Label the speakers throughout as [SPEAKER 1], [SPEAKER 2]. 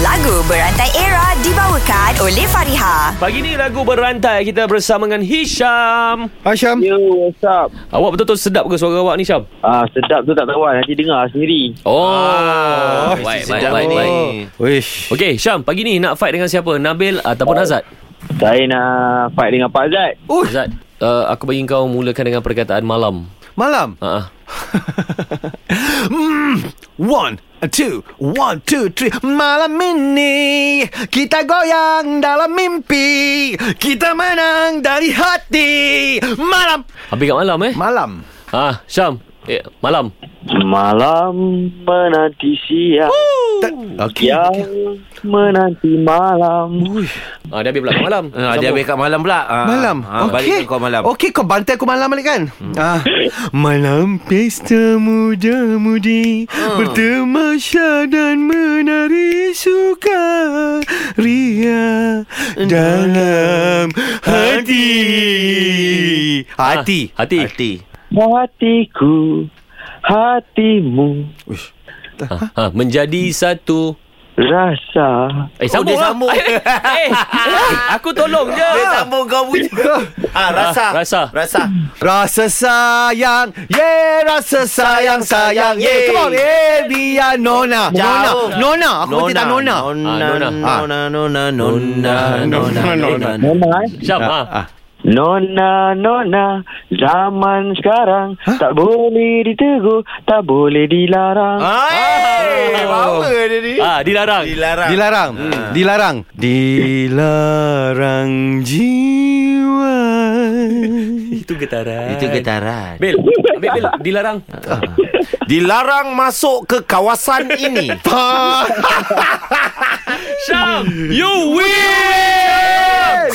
[SPEAKER 1] Lagu Berantai Era dibawakan oleh Fariha.
[SPEAKER 2] Pagi ni lagu berantai kita bersama dengan Hisham.
[SPEAKER 3] Hasham
[SPEAKER 4] Yo, what's up?
[SPEAKER 2] Awak betul-betul sedap ke suara awak ni, Syam?
[SPEAKER 4] Ya, Ah, sedap tu tak tahu lah. Nanti dengar sendiri.
[SPEAKER 2] Oh, baik, baik, baik, baik.
[SPEAKER 3] Wish
[SPEAKER 2] Okey, Syam, pagi ni nak fight dengan siapa? Nabil ataupun Azad?
[SPEAKER 4] Saya nak ah, fight dengan Pak Zat.
[SPEAKER 2] Azad, uh, aku bagi kau mulakan dengan perkataan malam.
[SPEAKER 3] Malam
[SPEAKER 2] Ha.
[SPEAKER 3] mm. One Two One Two Three Malam ini Kita goyang dalam mimpi Kita menang dari hati Malam
[SPEAKER 2] Habis kat malam eh?
[SPEAKER 3] Malam
[SPEAKER 2] Ha, Syam. Eh, malam.
[SPEAKER 4] Malam menanti siang.
[SPEAKER 3] Tak, Okay
[SPEAKER 4] Yang menanti malam.
[SPEAKER 3] Uish.
[SPEAKER 2] Ha, dia habis pula kat malam.
[SPEAKER 5] Ha,
[SPEAKER 2] Sambung.
[SPEAKER 5] dia ambil kat malam pula. Ha,
[SPEAKER 3] Malam
[SPEAKER 5] Ha, okay. Balik kau malam.
[SPEAKER 3] Okey kau bantai aku malam balik kan hmm. ah. Malam pesta muda mudi hmm. Bertemasya dan menari suka Ria Dalam hati
[SPEAKER 2] Ah,
[SPEAKER 3] Hati
[SPEAKER 2] Hati.
[SPEAKER 5] Hati.
[SPEAKER 4] Hatiku, hatimu,
[SPEAKER 2] Ha, ha, menjadi satu
[SPEAKER 4] rasa.
[SPEAKER 2] Eh, sambung
[SPEAKER 5] Oh, dia
[SPEAKER 2] lah.
[SPEAKER 5] sambung.
[SPEAKER 2] Eh, eh, eh, aku tolong je.
[SPEAKER 5] Dia sambung kau punya. ha,
[SPEAKER 2] Ah,
[SPEAKER 5] rasa.
[SPEAKER 2] rasa.
[SPEAKER 5] Rasa.
[SPEAKER 3] Rasa sayang Yeah Rasa sayang sayang Yeah Come on Yeah Dia Nona Nona
[SPEAKER 5] Jauh.
[SPEAKER 3] Nona Aku nona. tak Nona Ah.
[SPEAKER 2] Ah,
[SPEAKER 5] Nona,
[SPEAKER 2] Nona.
[SPEAKER 5] Nona, Nona, Nona, Nona, Nona, Nona, Nona.
[SPEAKER 4] Nona, eh?
[SPEAKER 2] Syam,
[SPEAKER 5] Ah,
[SPEAKER 2] ha.
[SPEAKER 4] Nona, nona, zaman sekarang tak boleh ditegur, tak boleh dilarang.
[SPEAKER 5] Hai,
[SPEAKER 3] Oh.
[SPEAKER 5] apa dia ni?
[SPEAKER 2] Ha, Eh, dilarang.
[SPEAKER 5] Dilarang.
[SPEAKER 3] Dilarang.
[SPEAKER 5] Ah.
[SPEAKER 3] Dilarang. Dilarang jiwa.
[SPEAKER 2] Itu getaran.
[SPEAKER 5] Itu getaran.
[SPEAKER 2] Bil, ambil Bil. Dilarang.
[SPEAKER 5] Dilarang masuk ke kawasan ini.
[SPEAKER 2] Syam, you win!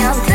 [SPEAKER 6] yang